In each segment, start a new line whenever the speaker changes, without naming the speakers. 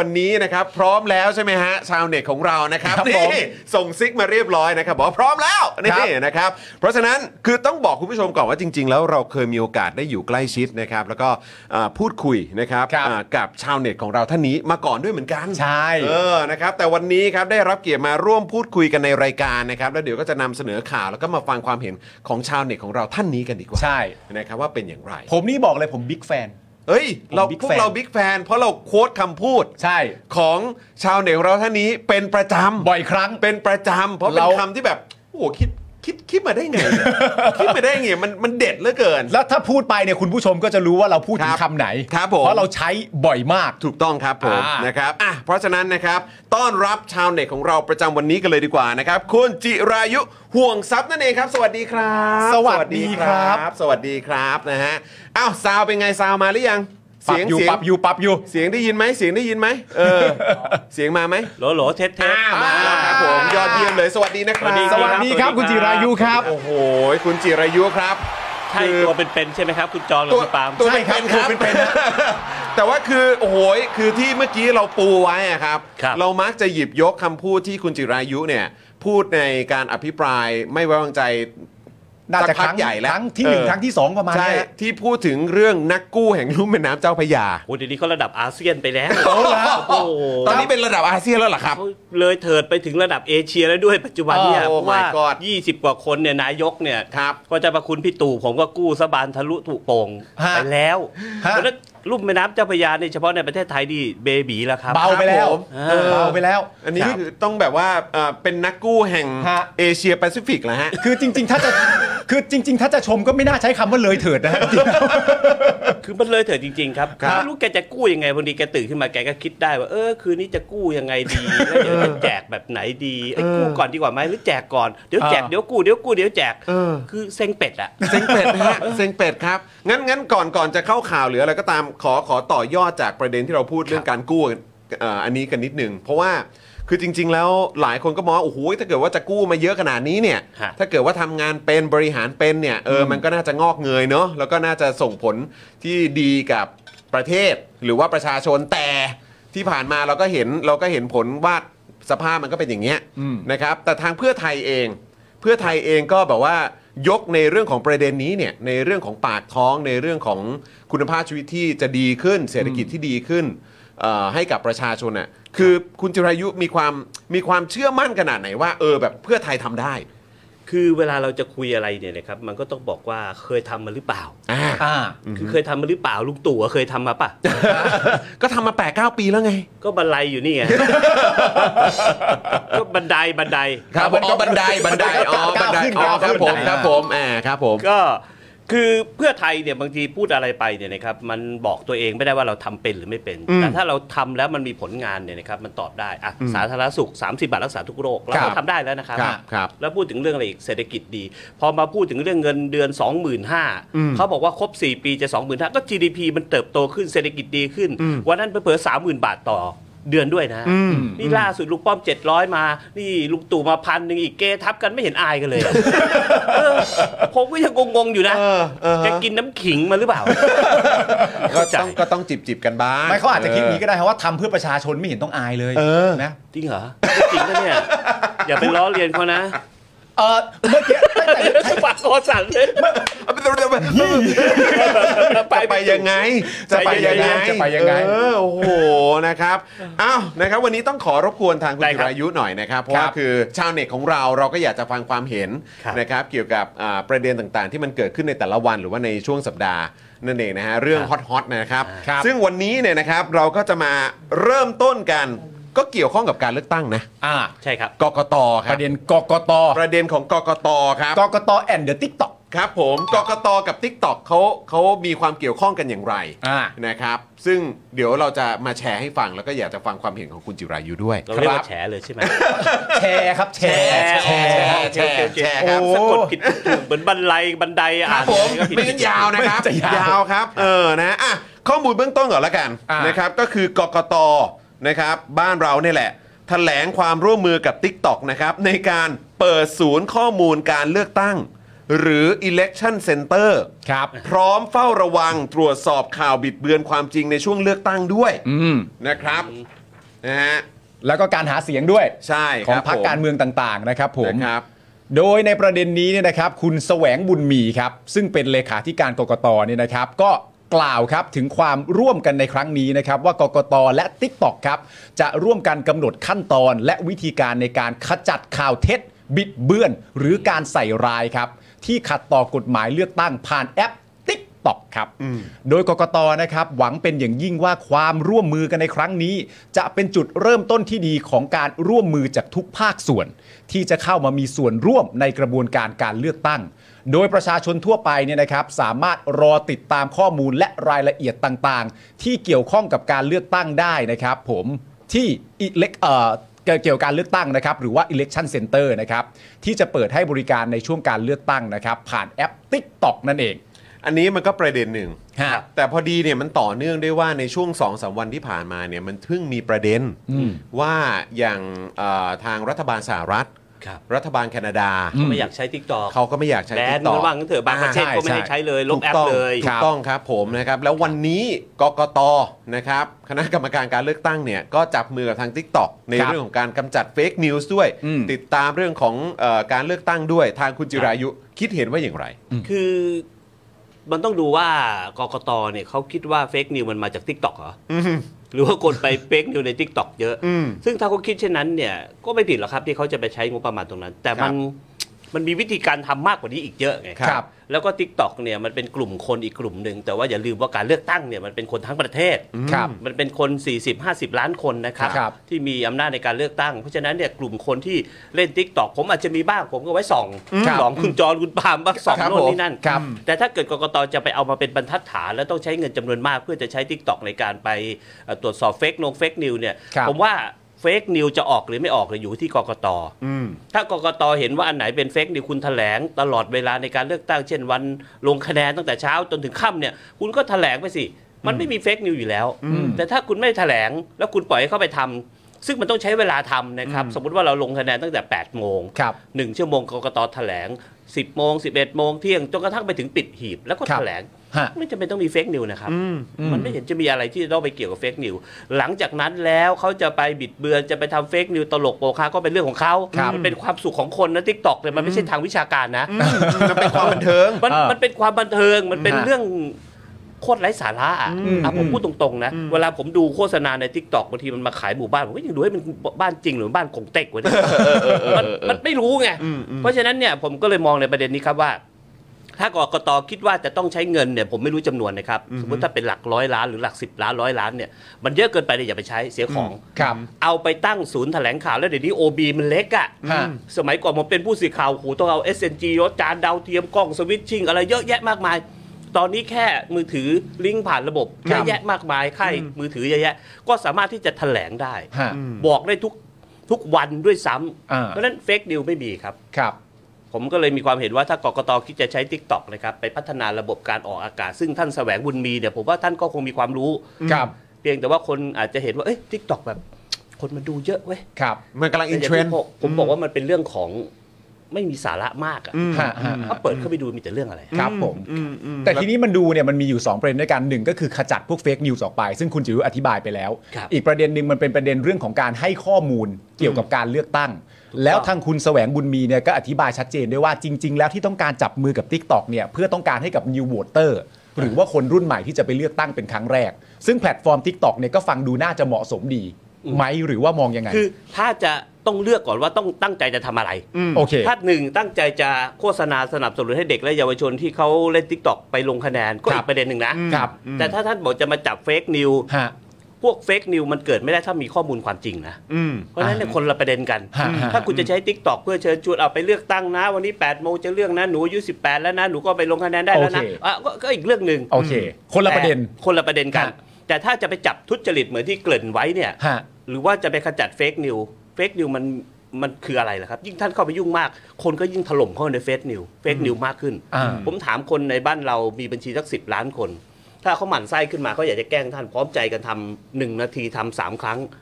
วันนี้นะครับพร้อมแล้วใช่ไหมฮะชาวเน็ตของเรานะครับ
ครับผม
นี่ส่งซิกมาเรียบร้อยนะครับบอกว่าพร้อมแล้วนี่
ครับ
นะครับ เพราะฉะนั้นคือต้องบอกคุณผู้ชมก่อนว่าจริง ๆ แล้วเราเคยมีโอกาสได้อยู่ใกล้ชิดนะครับแล้วก็อ่าพูดคุยนะครับ
ครับ
อ่ากับชาวเน็ตของเราท่านนี้มาก่อนด้วยเหมือนกัน
ใช่
เออ นะครับ แต่วันนี้ครับได้รับเกียรติมาร่วมพูดคุยกันในรายการนะครับ แล้วเดี๋ยวก็จะนำเสนอข่าวแล้วก็มาฟังความเห็นของชาวเน็ตของเราท่านนี้กันดีกว่า
ใช่
นะครับว่าเป็นอย่างไร
ผมนี่บอกเลยผมบิ๊กแฟน
เฮ้ย
ผม
เรา
บิ๊ก
พวก
แฟน
เราบิ๊กแฟน เพราะเราโค้ดคำพูด
ใช่
ของชาวเน็ตของเราท่านนี้เป็นประจำ
บ่อยครั้ง
เป็นประจำเพราะเป็น
เรา
คำที่แบบ โอ้โหคิดคิดคิดมาได้ไง คิดมาได้ไงมันมันเด็ดเหลือเกิน
แล้วถ้าพูดไปเนี่ยคุณผู้ชมก็จะรู้ว่าเราพูดถึ
ครั
ง
บ
คำไหน
ครับผม
เพราะเราใช้บ่อยมาก
ถูกต้องครับผม
อ่าน
นะครับอ่ะเพราะฉะนั้นนะครับ ต้อนรับชาวเน็ตของเราประจำวันนี้กันเลยดีกว่านะครับ คุณจิรายุห่วงทรัพย์นั่นเองครับ สวัสดีครับ
สวัสดีครับ
สวัสดีครับนะฮะอ้าวซาวเป็นไงซาวมาหรือยัง
ปรับ
เสียง
อยู่
เสียง
ปรับอยู่ปรับอยู่
เสียงได้ยินไหมเสียงได้ยินไหมเออ เสียงมาไหม
โหลโหลเทสเทส
อ่ามาแล้วครับผมยอดเยี่ยมเลยสวัสดีนะครับ
ส
ส
วั
วั
ส
ส
ดี
ดี
ค
ค
รั
รั
บบ
คุณจิรายุครับ
สวัสดี
โอ้โหคุณจิรายุครับ
ใช่ตัวเป็นๆใช่ไหมครับ คุณจองหรือ
ตัว
คุณปาล์ม
ตัว
ใช่
เป็น
ครั
ๆครับ
บตัวเป็น
แต่ว่าคือโอ้โหยคือที่เมื่อกี้เราปูไว้อะครับ
ครับ
เรามักจะหยิบยกคำพูดที่คุณจิรายุเนี่ยพูดในการอภิปรายไม่ไว้วางใจ
น่าจะ
สักพัก
ครั้ง
ใหญ่แล้ว
ครั้งที่หนึ่ง
เออ
ครั้งที่สองประมาณ
ใช่
เนี้ย
ที่พูดถึงเรื่องนักกู้แห่งลุ่มแม่น้ำเจ้าพระยา
โอ้เดี๋ยวนี้เขาระดับอาเซียนไปแล้ว โอ้โห
ตอนนี้เป็นระดับอาเซียนแล้วเหรอครับ
เขาเลยเถิดไปถึงระดับเอเชียแล้วด้วยปัจจุบันเนี่ย
โอ้ my
เพราะว่า
God
20 กว่าคนเนี่ยนายกเนี่ย
ครับ
ก็จะประคุณพี่ตู่ผมก็กู้สะบานทะลุถูกโป่ง
ฮะ
ไปแล้ว
ฮะ
เพราะฉะนั้นลุ่มแม่น้ำเจ้าพระยาเนี่ยเฉพาะในประเทศไทยดีเบบีแล้วครับ
เบาไปแล้ว
ผม
เออเบาไปแล้ว
อันนี้คือต้องแบบว่าเอ่อเป็นนักกู้แห่ง
ฮะ
เอเชียแปซิฟิกแล้วฮะ
คือจริง ๆ ถ้าจะคือจริง ๆ ถ้าจะชมก็ไม่น่าใช้คำว่าเลยเถิด นะฮะ
คือมันเลยเถิดจริง ๆ ครับ
ครับ
ไม่รู้แกจะกู้ยังไงบางทีแกตื่นขึ้นมาแกก็คิดได้ว่าเออคืนนี้จะกู้ยังไงดีแล้วเดี๋ยวจะแจกแบบไหนดีเอ้ยกู้ก่อนดีกว่าไหมหรือแจกก่อนเดี๋ยวแจก
เออ
เดี๋ยวกู้เดี๋ยวกู้เดี๋ยวแจก
เออ
คือเซ็งเป็ดอะ
เซ็งเป็ดนะฮะ เซ็งเป็ดครับ งั้นงั้นก่อนก่อนจะเข้าข่าวหรืออะไรก็ตามขอขอต่อยอดจากประเด็นที่เราพูดเรื่องการกู้กันเอ่ออันนี้กันนิดหนึ่งเพราะว่าคือจริง ๆ แล้วหลายคนก็มองว่าโอ้โหถ้าเกิดว่าจะกู้มาเยอะขนาดนี้เนี่ย
ฮะ
ถ้าเกิดว่าทำงานเป็นบริหารเป็นเนี่ยเออมันก็น่าจะงอกเงยเนาะแล้วก็น่าจะส่งผลที่ดีกับประเทศหรือว่าประชาชนแต่ที่ผ่านมาเราก็เห็นเราก็เห็นผลว่าสภาพมันก็เป็นอย่างเงี้ย
อืม
นะครับแต่ทางเพื่อไทยเอง เพื่อไทยเองก็แบบว่ายกในเรื่องของประเด็นนี้เนี่ยในเรื่องของปากท้องในเรื่องของคุณภาพชีวิตที่จะดีขึ้น เศรษฐกิจที่ดีขึ้นเอ่อให้กับประชาชนน่ะคือคุณจิรายุมีความมีความเชื่อมั่นขนาดไหนว่าเออแบบเพื่อไทยทำได้
คือเวลาเราจะคุยอะไรเนี่ยนะครับมันก็ต้องบอกว่าเคยทำมาหรือเปล่า
อ่า
อ่า
คือเคยทำมาหรือเปล่าลุงตู่อะเคยทำมาปะ
ก็ทำมา8ปดปีแล้วไง
ก็บันไดอยู่นี่ไง ก็บันไดบันได
ครับ
อ๋อบันไดบันไดอ๋อบันได
ก้าวขึ้น
อ๋อค
ก้าวขึ้
รับ
น
ผม
อ่า
ครับผมอ่าครับผม
ก็คือเพื่อไทยเนี่ยบางทีพูดอะไรไปเนี่ยนะครับมันบอกตัวเองไม่ได้ว่าเราทำเป็นหรือไม่เป็น
อืม
แต่ถ้าเราทำแล้วมันมีผลงานเนี่ยนะครับมันตอบได้อะสาธารณสุข 30 บาทรักษาทุกโรคเรา
ครั
ก็
บ
ทำได้แล้วนะครับ
ครับครับ
แล้วพูดถึงเรื่องอะไรอีกเศรษฐกิจดี พอมาพูดถึงเรื่องเงินเดือน
อืม
25,000เขาบอกว่าครบ 4 ปีจะ 25,000ก็ GDP มันเติบโตขึ้นเศรษฐกิจดีขึ้น
อืม
วันนั้นเผลอๆ30,000 บาทต่อเดือนด้วยนะ
อืม
นี่ล่าสุดลุงป้อม 700 มา นี่ลุงตู่มาพันหนึ่งอีกเกทับกันไม่เห็นอายกันเลยอะ เออผมก็ยังงงๆอยู่นะ
เออเออฮะ
จะกินน้ำขิงมาหรือเปล่า
ก็
เข้าใจ
ต้องก็ต้องจิบจิบกันบ้าง
ไม่เขาอาจจะคิดอย่างนี้ก็ได้ครับว่าทำเพื่อประชาชนไม่เห็นต้องอายเลย
เออ
นะ
จริงเหรอจริงนะเนี่ย อย่าไปล้อเลียนเขานะ
เออเมื่อกี้ตั้งแต่
ปากคอสั่นเลย
จะไปยังไง จะไปยังไง
จะไปยังไง
เออโอ้โหนะครับอ้าวนะครับ วันนี้ต้องขอรบกวนทางคุณจิรายุหน่อยนะครับ เพราะว่าคือชาวเน็ตของเราเราก็อยากจะฟังความเห็นนะครับ เกี่ยวกับอ่าประเด็นต่างๆ ที่มันเกิดขึ้นในแต่ละวันหรือว่าในช่วงสัปดาห์นั่นเองนะฮะเรื่องฮอตๆนะครับ
ครับ
ซึ่งวันนี้เนี่ยนะครับเราก็จะมาเริ่มต้นกันก็เกี่ยวข้องกับการเลือกตั้งนะ
อ่า
ใช่ครับ
กกตค
ป
รับ
ระเด็นกกต
ประเด็นของกกตครับ
กกตแอนเดอร์ติ๊กต็อก
ครับผมกกตกับ t i k t o k เขาเขามีความเกี่ยวข้องกันอย่างไร
อ่า
นะครับ ซึ่งเดี๋ยวเราจะมาแชร์ให้ฟัง แล้วก็อยากจะฟังความเห็นของคุณจิรายุด้วย
เราเรีย
ค
ก
รับ
ว่าแฉเลยใช่ไหม
แชร์ครับแชร์
แชร์แชร์แชร์แชร์ครับ
โอ้
สะกดผิดถูกเหมือนบันไดบันได
ค
อ่า
รับ
น
ผม
ก็ผิด
ไม่งั้นยาวนะครับ
ไม่งั้นจะยาวย
าวครับเออนะอ่ะข้อมูลเบื้องต้นก่อนละกัน
อ่าน
นะครับก็คือกกตนะครับบ้านเราเนี่ยแหละแถลงความร่วมมือกับ t i k t o k นะครับในการเปิดศูนย์ข้อมูลการเลือกตั้ง หรือ election center
ครับ
พร้อมเฝ้าระวังตรวจสอบข่าวบิดเบือนความจริงในช่วงเลือกตั้งด้วย
อืม
นะครับ นะฮะ
แล้วก็การหาเสียงด้วย
ใช่
ของ
ค
พรร
บ
ค
ผม
การเมืองต่างๆนะครับผม
นะครับ
โดยในประเด็นนี้เนี่ยนะครับคุณแสวงบุญมีครับซึ่งเป็นเลขาธิการกกตเนี่ยนะครับ ก็กล่าวครับถึงความร่วมกันในครั้งนี้นะครับ ว่ากกตและ t ิ k t o k ครับ จะร่วมกันกำหนดขั้นตอน และวิธีการในการขจัดข่าวเท็จ บิดเบือน หรือการใส่ร้ายครับ ที่ขัดต่อกฎหมายเลือกตั้งผ่านแอป ติ๊กตอกครับ โดยกกตนะครับ หวังเป็นอย่างยิ่งว่าความร่วมมือกันในครั้งนี้ จะเป็นจุดเริ่มต้นที่ดีของการร่วมมือจากทุกภาคส่วน ที่จะเข้ามามีส่วนร่วมในกระบวนการการเลือกตั้ง โดยประชาชนทั่วไปเนี่ยนะครับ สามารถรอติดตามข้อมูลและรายละเอียดต่างๆ ที่เกี่ยวข้องกับการเลือกตั้งได้นะครับ ผมที่อิเล็กเอ่อ เกี่ยวกับการเลือกตั้งนะครับ หรือว่า election center นะครับ ที่จะเปิดให้บริการในช่วงการเลือกตั้งนะครับ ผ่านแอป TikTok นั่นเอง
อันนี้มันก็ประเด็นหนึ่ง
ฮะ
แต่พอดีเนี่ยมันต่อเนื่องด้วยว่าในช่วง2อสวันที่ผ่านมาเนี่ยมันเพิ่งมีประเด็น
อืม
ว่าอย่างเอ่อทางรัฐบาลสหรัฐ
ครับ
รัฐบาลแคนาดา
อื
ไม่อยากใช้ทิกตอก
เขาก็ไม่อยากใช้
แบ
ติ
น
ดต่อ
มันว่างนเถอะบางประเทศก็ไม่ให้ใช้เลยลบแอปเลย
ถูกต้องครับผมนะครับ แล้ววันนี้กกตนะครับคณะกรรมการการเลือกตั้งเนี่ยก็จับมือกับทาง Tik t o อกใน
ครับ
เรื่องของการกำจัดเฟกนิวส์ด้วย
อืม
ติดตามเรื่องของเออการเลือกตั้งด้วยทางคุณจิรายุคิดเห็นว่าอย่างไร
คือมันต้องดูว่ากกตเนี่ยเขาคิดว่าเฟกนิวมันมาจากทิกตอกเหรอ
อืม
หรือว่าคนไปเฟกนิวในทิกตอกเยอะ
อืม
ซึ่งถ้าเขาคิดเช่นนั้นเนี่ยก็ไม่ผิดหรอกครับที่เขาจะไปใช้งบประมาณตรงนั้น แต่มันมันมีวิธีการทำมากกว่านี้อีกเยอะไง
ครับ
แล้วก็ t ิกตอกเนี่ยมันเป็นกลุ่มคนอีกกลุ่มหนึ่ง แต่ว่าอย่าลืมว่าการเลือกตั้งเนี่ยมันเป็นคนทั้งประเทศ
ครับ
มันเป็นคน 40-50 ล้านคนนะครับ
ครับ
ที่มีอำนาจในการเลือกตั้ง เพราะฉะนั้นเนี่ยกลุ่มคนที่เล่น t ิกตอกผมอาจจะมีบ้างผมก็ไว้ส่อง
ครับ
สองคุณจรคุณปาล์มบ้างสอง
ครับ
โน่น
ผม
นี่นั่น
ครับ
แต่ถ้าเกิดกกตจะไปเอามาเป็นบรรทัดฐาน แล้วต้องใช้เงินจำนวนมากเพื่อจะใช้ t ิกตอกในการไปเอ่อตรวจสอบเฟกนงเฟกนิวเนี่ย
ครับ
ผมว่าเฟกนิวจะออกหรือไม่ออกเนี่ยอยู่ที่กกต
อืม
ถ้ากกตเห็นว่าอันไหนเป็นเฟกนิวคุณแถลงตลอดเวลาในการเลือกตั้งเช่นวันลงคะแนนตั้งแต่เช้าจนถึงค่ำเนี่ยคุณก็แถลงไปสิ มันไม่มีเฟกนิวอยู่แล้ว แต่ถ้าคุณไม่แถลงแล้วคุณปล่อยให้เข้าไปทำซึ่งมันต้องใช้เวลาทำนะครับ สมมติว่าเราลงคะแนนตั้งแต่8ปดโมง
ครับ
หนึ่งชั่วโมงกกตแถลง 10บโมง 11 โมงเที่ยงจนกระทั่งไปถึงปิดหีบ แล้วก็
ครั
แถ
บ
ลง
ฮะ
ไม่จำเป็นต้องมีเฟกนิวนะครับ
อืม
มันไม่เห็นจะมีอะไรที่จะต้องไปเกี่ยวกับเฟกนิว หลังจากนั้นแล้วเขาจะไปบิดเบือน จะไปทำเฟกนิวตลกโปคาก็เป็นเรื่องของเขา
ครับ
มันเป็นความสุขของคนนะทิกตอกเนี่ยมันไม่ใช่ทางวิชาการนะ
มันเป็นความบันเทิง
มัน
เออ
มันเป็นความบันเทิง มันเป็น
ฮะ
เรื่องโคตรไร้สาระอ่ะ
อืม
อ่ะผม
อืม
พูดตรงๆนะ เวลาผมดูโฆษณาในทิกตอกบางทีมันมาขายหมู่บ้านผมก็ยังดูให้มันบ้านจริงหรือบ้านของเต็กวะเนี่ยมันมันไม่รู้ไง
อืมอืม
เพราะฉะนั้นเนี่ยผมก็เลยมองในประเด็นนี้ครับว่า ถ้ากกตคิดว่าจะต้องใช้เงินเนี่ยผมไม่รู้จำนวนนะครับ สมมติถ้าเป็นหลักร้อยล้านหรือหลักสิบล้านร้อยล้านเนี่ยมันเยอะเกินไปเลยอย่าไปใช้เสียของ
ครับ
เอาไปตั้งศูนย์แถลงข่าวแล้วเดี๋ยวนี้ OB มันเล็กอะ
ฮะ
่ะ สมัยก่อนผมเป็นผู้สื่อข่าวหูต้องเอา SNG รถจานดาวเทียมกล้องสวิตชิ่งอะไรเยอะแยะมากมาย ตอนนี้แค่มือถือลิงก์ผ่านระบบ
ค
เย
รับ
อะแยะมากมายค่ายมือถือเยอะแยะ ก็สามารถที่จะแถลงได้
ฮะ
บอกได้ทุกทุกวันด้วยซ้
อ่า
ำเพราะฉะนั้นเฟกนิวไม่มีครับ
ครับ
ผมก็เลยมีความเห็นว่าถ้ากกตคิดจะใช้ t ิ k t o k นะครับไปพัฒนาระบบการออกอากาศ ซึ่งท่านแสวงบุญมีเนี่ยผมว่าท่านก็คงมีความรู้
ครับ
เพียงแต่ว่าคนอาจจะเห็นว่าเอ้ย t ิ k t o k แบบ คนมันดูเยอะเว้ย
ครับ
มันกำลังอินเทรนด์
แต่ย่างที่ผมผมบอกว่ามันเป็นเรื่องของไม่มีสาระมากอะ
ฮะฮะ
ถ้าเปิดเข้าไปดูมีแต่เรื่องอะไร
ครับผม แต่ทีนี้มันดูเนี่ยมันมีอยู่ 2 ประเด็นด้วยกันหนึ่งก็คือขจัดพวกเฟกนิวส์ออกไป ซึ่งคุณจิ๋วอธิบายไปแล้ว
ครับ
อีกประเด็นหนึ่งมันเป็นประเด็นเรื่องของการให้ข้อมูลเกี่ยวกับการเลือกตั้ง แล้วทางคุณแสวงบุญมีเนี่ยก็อธิบายชัดเจนด้วยว่าจริง ๆ แล้วที่ต้องการจับมือกับ Tik t o อกเนี่ยเพื่อต้องการให้กับนิวโวเตอร์หรือว่าคนรุ่นใหม่ที่จะไปเลือกตั้งเป็นครั้งแรก ซึ่งแพลตฟอร์ม Tik t o อกเนี่ยก็ฟังดูน่าจะเหมาะสมดี
อืม
ไหมหรือว่ามองยังไง
คือถ้าจะต้องเลือกก่อนว่าต้องตั้งใจจะทำอะไร
โอเค
ถ้าหนึ่งตั้งใจจะโฆษณาสนับสนุนให้เด็กและเยาวชนที่เขาเล่น t ิ k t o k ไปลงคะแนนก็
ครั
อี
บ
กประเด็นหนึ่งนะครับ แต่ถ้าท่านบอกจะมาจับเฟกนิว
ฮะ
พวกเฟกนิวมันเกิดไม่ได้ถ้ามีข้อมูลความจริงนะ เพราะฉะนั้นเนี่ยคนละประเด็นกัน
ฮะฮะ
ถ้าคุณจะใช้ t ิ k t o k เพื่อเชิญชวนเอาไปเลือกตั้งนะ วันนี้8ปดโมงจะเลือกนะหนูอายุ18 แล้วนะ หนูก็ไปลงคะแนนได้แล้วนะ
โอเค
อ่ะก็ก็อีกเรื่องหนึ่ง
โอเค คนละประเด็น
แต่คนละประเด็นกัน
ฮะ
แต่ถ้าจะไปจับทุจริตเหมือนที่เกริ่นไว้เนี่ย
ฮะ
หรือว่าจะไปขจัดเฟกนิวเฟกนิวมันมันคืออะไรล่ะครับ ยิ่งท่านเข้าไปยุ่งมาก คนก็ยิ่งถล่มเข้าไปในเฟกนิวเฟกนิวมากขึ้น
อ่า
ผมถามคนในบ้านเรามีบัญชีสักสิบล้านคน ถ้าเขาหมั่นไส้ขึ้นมาเขาอยากจะแกล้งท่านพร้อมใจกันทำหนึ่งนาทีทำสามครั้ง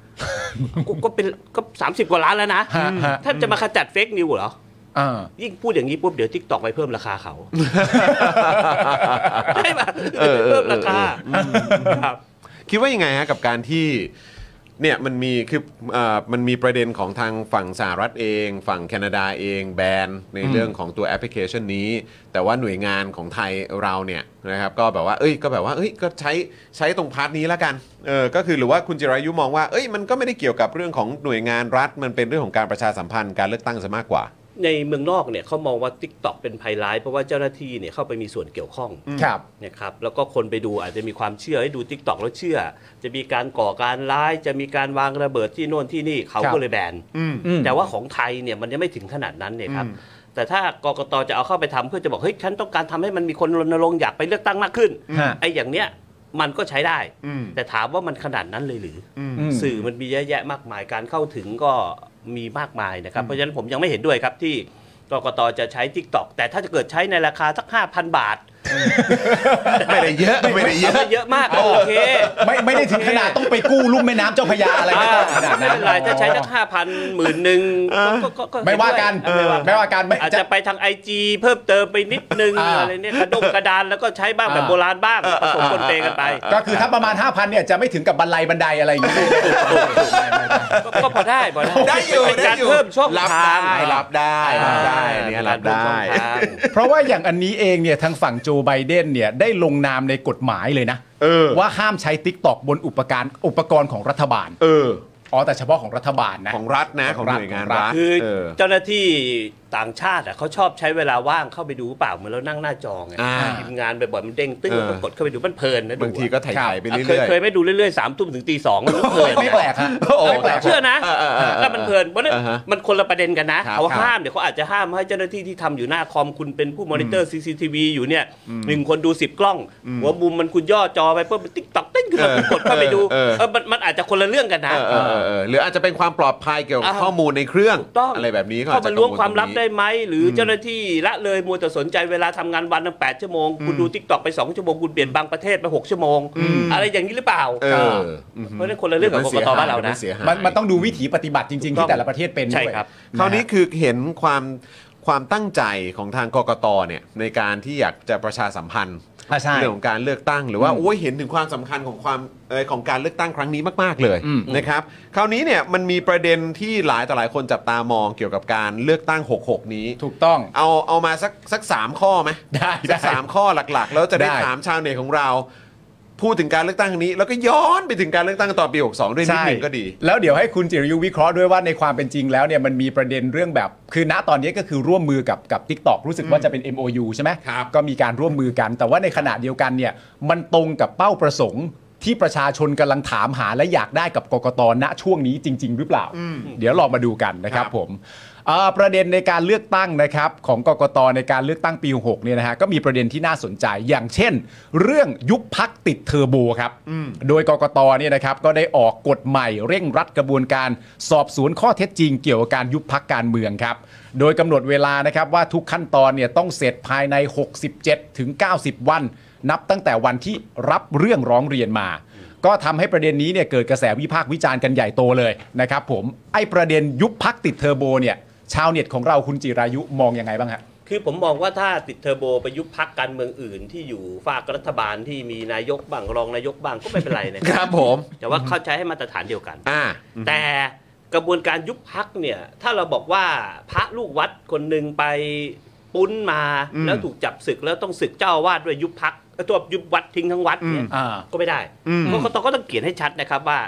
ก็ก็เป็นก็สามสิบกว่าล้านแล้วนะ
ฮะฮะ
ท่านจะมาขจัดเฟกนิวเหรอ
อ่า
ยิ่งพูดอย่างนี้ปุ๊บเดี๋ยวทิกตอกไปเพิ่มราคาเขาใช่ปะ
เออเออเออ
เพิ่มราคาครับ
คิดว่ายังไงฮะกับการที่ เนี่ยมันมีคือเอ่อมันมีประเด็นของทางฝั่งสหรัฐเอง ฝั่งแคนาดาเองแบนในเรื่องของตัวแอปพลิเคชันนี้ แต่ว่าหน่วยงานของไทยเราเนี่ยนะครับก็แบบว่าเอ้ยก็แบบว่าเอ้ยก็ใช้ใช้ตรงพาร์ทนี้ละกันเออก็คือหรือว่าคุณจิรายุมองว่าเอ้ยมันก็ไม่ได้เกี่ยวกับเรื่องของหน่วยงานรัฐ มันเป็นเรื่องของการประชาสัมพันธ์การเลือกตั้งซะมากกว่า
ในเมืองนอกเนี่ยเขามองว่า t ิ k t o k เป็นภัยร้าย เพราะว่าเจ้าหน้าที่เนี่ยเข้าไปมีส่วนเกี่ยวข้อง
ครับ
นะครับแล้วก็คนไปดูอาจจะมีความเชื่อให้ยดู t ิ k t o k แล้วเชื่อ จะมีการก่อการร้าย จะมีการวางระเบิดที่โน่นที่นี่เขา
ครับ
ก็เลยแบน
อืม
อืม
แต่ว่าของไทยเนี่ยมันยังไม่ถึงขนาดนั้นเนี่ยครับ
อืม
แต่ถ้ากกตจะเอาเข้าไปทำเพื่อจะบอกเฮ้ยฉันต้องการทำให้มันมีคนรณรงค์อยากไปเลือกตั้งมากขึ้น
ฮะ
ไอ้อย่างเนี้ยมันก็ใช้ได้
อืม
แต่ถามว่ามันขนาดนั้นเลยหรือ
อืม
อืม
สื่อมันมีเยอะแยะมากมายการเข้าถึงก็มีมากมายนะครับ เพราะฉะนั้นผมยังไม่เห็นด้วยครับที่กกตจะใช้ TikTok แต่ถ้าจะเกิดใช้ในราคาสัก 5,000 บาท
ไม่ได้เยอะไม่ได้เยอะ
ไม่เยอะมากก็โอเค
ไม่ไม่ได้ถึงขนาดต้องไปกู้ลุ่มแม่น้ำเจ้าพระยาอะไร
ไม่
ไม่ต้องขนาดนั้น
เป็นไรถ้าใช้สักห้าพันหมื่นหนึ่ง
ไม่ว่ากันไม่ว่ากันไม่
อาจ
จะ
จะไปทางไอจีเพิ่มเติมไปนิดนึง
อ่า
อะไรเนี่ยกระดงกระดานแล้วก็ใช้บ้างแบบ
อ่า
โบราณบ้างผสมปนเปกันไป
ก็คือถ้าประมาณ 5,000เนี่ยจะไม่ถึงกับบันไลบันไดอะไรอย่างนี้
ก็ก็พอได้พอได้
ได้อยู่
เป็น
ได้
การ
อยู่
เพิ่มช่อง
รับ
ทาง
ได้รับได้รับได้เนี่ยรับได้
เป็นการเพิ่มช่องทาง
เพราะว่าอย่างอันนี้เองเนี่ยทางฝั่งโจไบเดนเนี่ยได้ลงนามในกฎหมายเลยนะ
เออ
ว่าห้ามใช้ t ิ k t o k บนอุปการณ์อุปกรณ์ของรัฐบาล
เออ
อ๋อแต่เฉพาะของรัฐบาลนะ
ของรัฐนะ ของหน่วยงานรัฐ
คือ
เออ
เจ้าหน้าที่ต่างชาติอะเขาชอบใช้เวลาว่างเข้าไปดูเปล่าเหมือนเรานั่งหน้าจอไง
อ่า
ทีมงานบ่อยๆมันเด้งตึ้ง
เออ
แล้วก็กดเข้าไปดูมันเพลินนะดู
บางทีก็ถ่ายๆไป
อะ
เรื่
เคย
อย
เคยไม่ดูเรื่อยๆสามทุ่มถึงตีสองมันเพลิน
ไม่แปลกฮะไม่แปลก
เชื่อนะ
เออเออเออ
แล้วมันเพลินเพราะฉะนั้น
อ่าฮะ
มันคนละประเด็นกันนะครับ เขา
ครับ
ห้ามเดี๋ยวเขาอาจจะห้ามให้เจ้าหน้าที่ที่ทำอยู่หน้าคอมคุณเป็นผู้มอนิเตอร์ CCTV อยู่เนี่ยหนึ่งคนดูสิบกล้องหัวมุมมันคุณย่อจอไปเพิ่มติ๊กตักเต้นขึ้นมา
เออก
ดเข้าไปดู
เออ
เออมันมันอาจจะคนละเรื่องกันนะ
เออเออเออเออหรืออาจจะเป็นความปลอดภัยเกี่ยวกับ
อ่า
ข้อมูลในเครื่อง
ถูกต้อง
อะไรแบบนี้ก็
เข้ามาล้วงความลับได้
อจจะกังวลตร
ไหม หรือเจ้าหน้าที่ละเลยมัวแต่สนใจเวลาทำงานวันละแปดชั่วโมง คุณดูทิกตอกไป 2 ชั่วโมง คุณเปลี่ยนบางประเทศไป 6 ชั่วโมง อะไรอย่างนี้หรือเปล่า
งนี้เออ
เพราะฉะนั้นคนละเรื่องกับก
ดี๋ยวมัสีย
กต
หย
บ้านเรา
ดี๋ยว
นะ
สียหาย
มันมันต้องดูวิถีปฏิบัติจริง ๆ ที่แต่ละประเทศเป็นด้วย
ใช่ครับ
ะฮะ
คราวนี้คือเห็นความความตั้งใจของทางกกตเนี่ยในการที่อยากจะประชาสัมพันธ์
อ่าใช่
เรื่องของการเลือกตั้ง หรือว่า
อืม
โอ้ยเห็นถึงความสำคัญของความเอ่อของการเลือกตั้งครั้งนี้มาก ๆเลย
อืม
นะครับคราวนี้เนี่ยมันมีประเด็นที่หลายต่อหลายคนจับตามองเกี่ยวกับการเลือกตั้ง 66 นี้
ถูกต้อง
เอาเอามาสักสักสามข้อไหม
ได้
สัก
ได้
สามข้อหลักๆ แล้วจะได้
ได้
ถามชาวเน็ตของเรา พูดถึงการเลือกตั้งครั้งนี้ แล้วก็ย้อนไปถึงการเลือกตั้งตอนปี 62 ด้วยนิด
ใช่
นึงก็ดี
แล้วเดี๋ยวให้คุณจิรยุวิเคราะห์ด้วยว่าในความเป็นจริงแล้วเนี่ยมันมีประเด็นเรื่องแบบ คือณตอนนี้ก็คือร่วมมือกับกับ t i k t o k รู้สึกว่าจะเป็น MOU ใช่ไหม
ครับ
ก็มีการร่วมมือกัน แต่ว่าในขณะเดียวกันเนี่ยมันตรงกับเป้าประสงค์ที่ประชาชนกำลังถามหาและอยากได้กับกกตณช่วงนี้จริง ๆ หรือเปล่า เดี๋ยวลองมาดูกันนะครับผมเอ่อประเด็นในการเลือกตั้งนะครับของกกตในการเลือกตั้งปี6เนี่ยนะฮะก็มีประเด็นที่น่าสนใจอย่างเช่น เรื่องยุบพักติดเทอร์โบครับโดยกกตเนี่ยนะครับก็ได้ออกกฎใหม่เร่งรัดกระบวนการสอบสวนข้อเท็จจริงเกี่ยวกับการยุบพักการเมืองครับ โดยกำหนดเวลานะครับว่าทุกขั้นตอนเนี่ยต้องเสร็จภายใน 67ถึง90 วัน นับตั้งแต่วันที่รับเรื่องร้องเรียนมา ก็ทำให้ประเด็นนี้เนี่ยเกิดกระแสวิพากษ์วิจารณ์กันใหญ่โตเลยนะครับผมไอ้ประเด็นยุบพักติดเทอร์โบเนี่ย ชาวเน็ตของเราคุณจิรายุมองยังไงบ้างฮะ
คือผมมองว่าถ้าติดเทอร์โบไปยุบพักการเมืองอื่น ที่อยู่ฝากรัฐบาลที่มีนายกบ้างรองนายกบ้างก็ไม่เป็นไรนะค
ครับรับผม
แต่ว่าเข้าใจให้มาตรฐานเดียวกัน
อ่า
แต่กระบวนการยุบพักเนี่ย ถ้าเราบอกว่าพระลูกวัดคนหนึ่งไปปุ้นมา
อืม
แล้วถูกจับศึกแล้วต้องศึกเจ้าอาวาดด้วยยุบพักตัวยุบวัดทิ้งทั้งวัดเนี่ย
อืมอ่า
ก็ไม่ได้
อืม
กกตก็ต้องเขียนให้ชัดนะครับว่า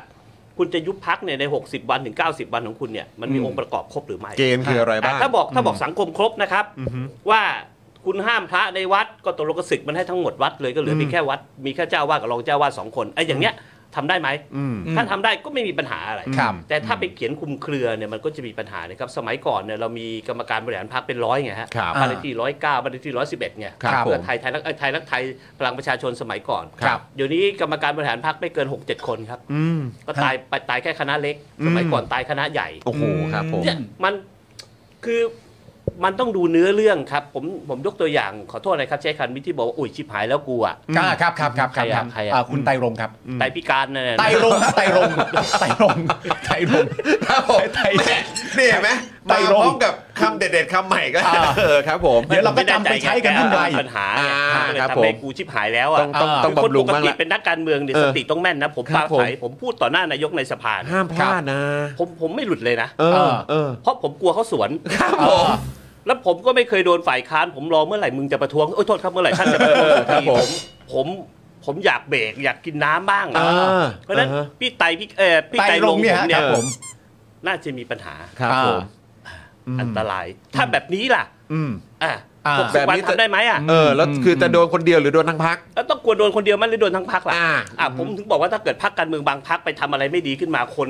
คุณจะยุบพักเนี่ยใน 60 วันถึง 90 วันของคุณเนี่ยมันมีองค์ประกอบครบหรือไม่
เกณฑ์คืออะไร
แต่
บ้าง
ถ้าบอกถ้าบอกสังคมครบนะครับว่าคุณห้ามพระในวัดก็ตกลงกศึกมันให้ทั้งหมดวัดเลยก็เหลือเพียงแค่วัดมีแค่เจ้าอาวาดกับรองเจ้าอาวาดสองคนไอ้อย่างเนี้ยทำได้ไหม
อืม
ถ้าทำได้ก็ไม่มีปัญหาอะไร
ครับ
แต่ถ้าไปเขียนคุมเครือเนี่ยมันก็จะมีปัญหานะครับ สมัยก่อนเนี่ยเรามีกรรมการบริหารพรรคเป็นร้อยไงฮะ
ครับ
นเลขที่ร้อยเก้าบ้านเลขที่ร้อยสิบเอ็ดไง
ครับ
เพื่
ผ
อ
ม
ไทยไทยรักไทยรักไทยพลังประชาชนสมัยก่อน
ครับ
เดี๋ยวนี้กรรมการบริหารพรรคไม่เกิน 6 7 คนครับ
อืม
ก็ตายไปตายแค่คณะเล็ก สมัยก่อนตายคณะใหญ่
โอ้โหครับผม
เนี่ยมันคือมันต้องดูเนื้อเรื่องครับผมผมยกตัวอย่างขอโทษนะครับใช้คันวิธีบอกว่าอุ้ยชิบหายแล้วกูอะ
อ่าครับครับครับครับ
ใคร
ครับ
อ่ะใครอ่ะ
อ่าคุณไตรรงค์ครับ
ไตพิการเนี่ยนะ
ไตรรงค์ครับไตรรงค์ไตรรงค์ไตรรงค์ไตรรงค์
นี่เห็นไหม
ไตร
มาพ
รง
ร้อมกับคำเด็ดๆคำใหม่ก็
อ่า
เออครับผม
เดี๋ยวเราก็จำไปใช้กันวุ่นวาย
แปัญหาไง
อ่า
ก็เลย
ครับ
ทำ
ผ
ให้
ม
กูชิบหายแล้วอ่ะ
ต้องต้อง
อ่า
ต้อง
คน
บำรุ
ป
ง
ก
บ้าง
ติ
ละ
เป็นนักการเมืองเนี่ย
เอ
ส
อ
ติต้องแม่นนะ ผม
ครั
ปา
บ
ใส
ผม
ผมพูดต่อหน้านายกในสภาเนี่ย
ห้ามพลาดนะ
ผมผมไม่หลุดเลยนะ
เอ
เอ
อ
อ
เออ
เพราะผมกลัวเขาสวน
ครับผม
แล้วผมก็ไม่เคยโดนฝ่ายค้านผมรอเมื่อไหร่มึงจะประท้วงโอ้ยโทษครับเมื่อไหร่ท่านจะประท้วงสัก
ครับ
ที
ผ
ผม มผมผมอยากเบรกอยากกินน้ำบ้าง
อ่า
เพราะฉะนั้น
อ่าฮะ
พี่ไตพี่เออพี่
ไต
ไต
ร
ล
รง
ง
ค์
ผม
เนี่ยฮะค
เนี่
รั
ย
บผม
น่าจะมีปัญหา
ครับผม
อันตราย ถ้าแบบนี้ล่ะ
อืม
อ่ะ
อ่า
หกสิบวัน
แบบนี้จะ
ทำได้ไหมอ่ะ
เออ แล้ว
อืม
คือจะโดนคนเดียวหรือโดนทั้งพัก
แล้วต้องกลัวโดนคนเดียวมันหรือโดนทั้งพักล่ะ
อ่า
อ่ะผมถึงบอกว่าถ้าเกิดพักการเมืองบางพักไปทำอะไรไม่ดีขึ้นมาคน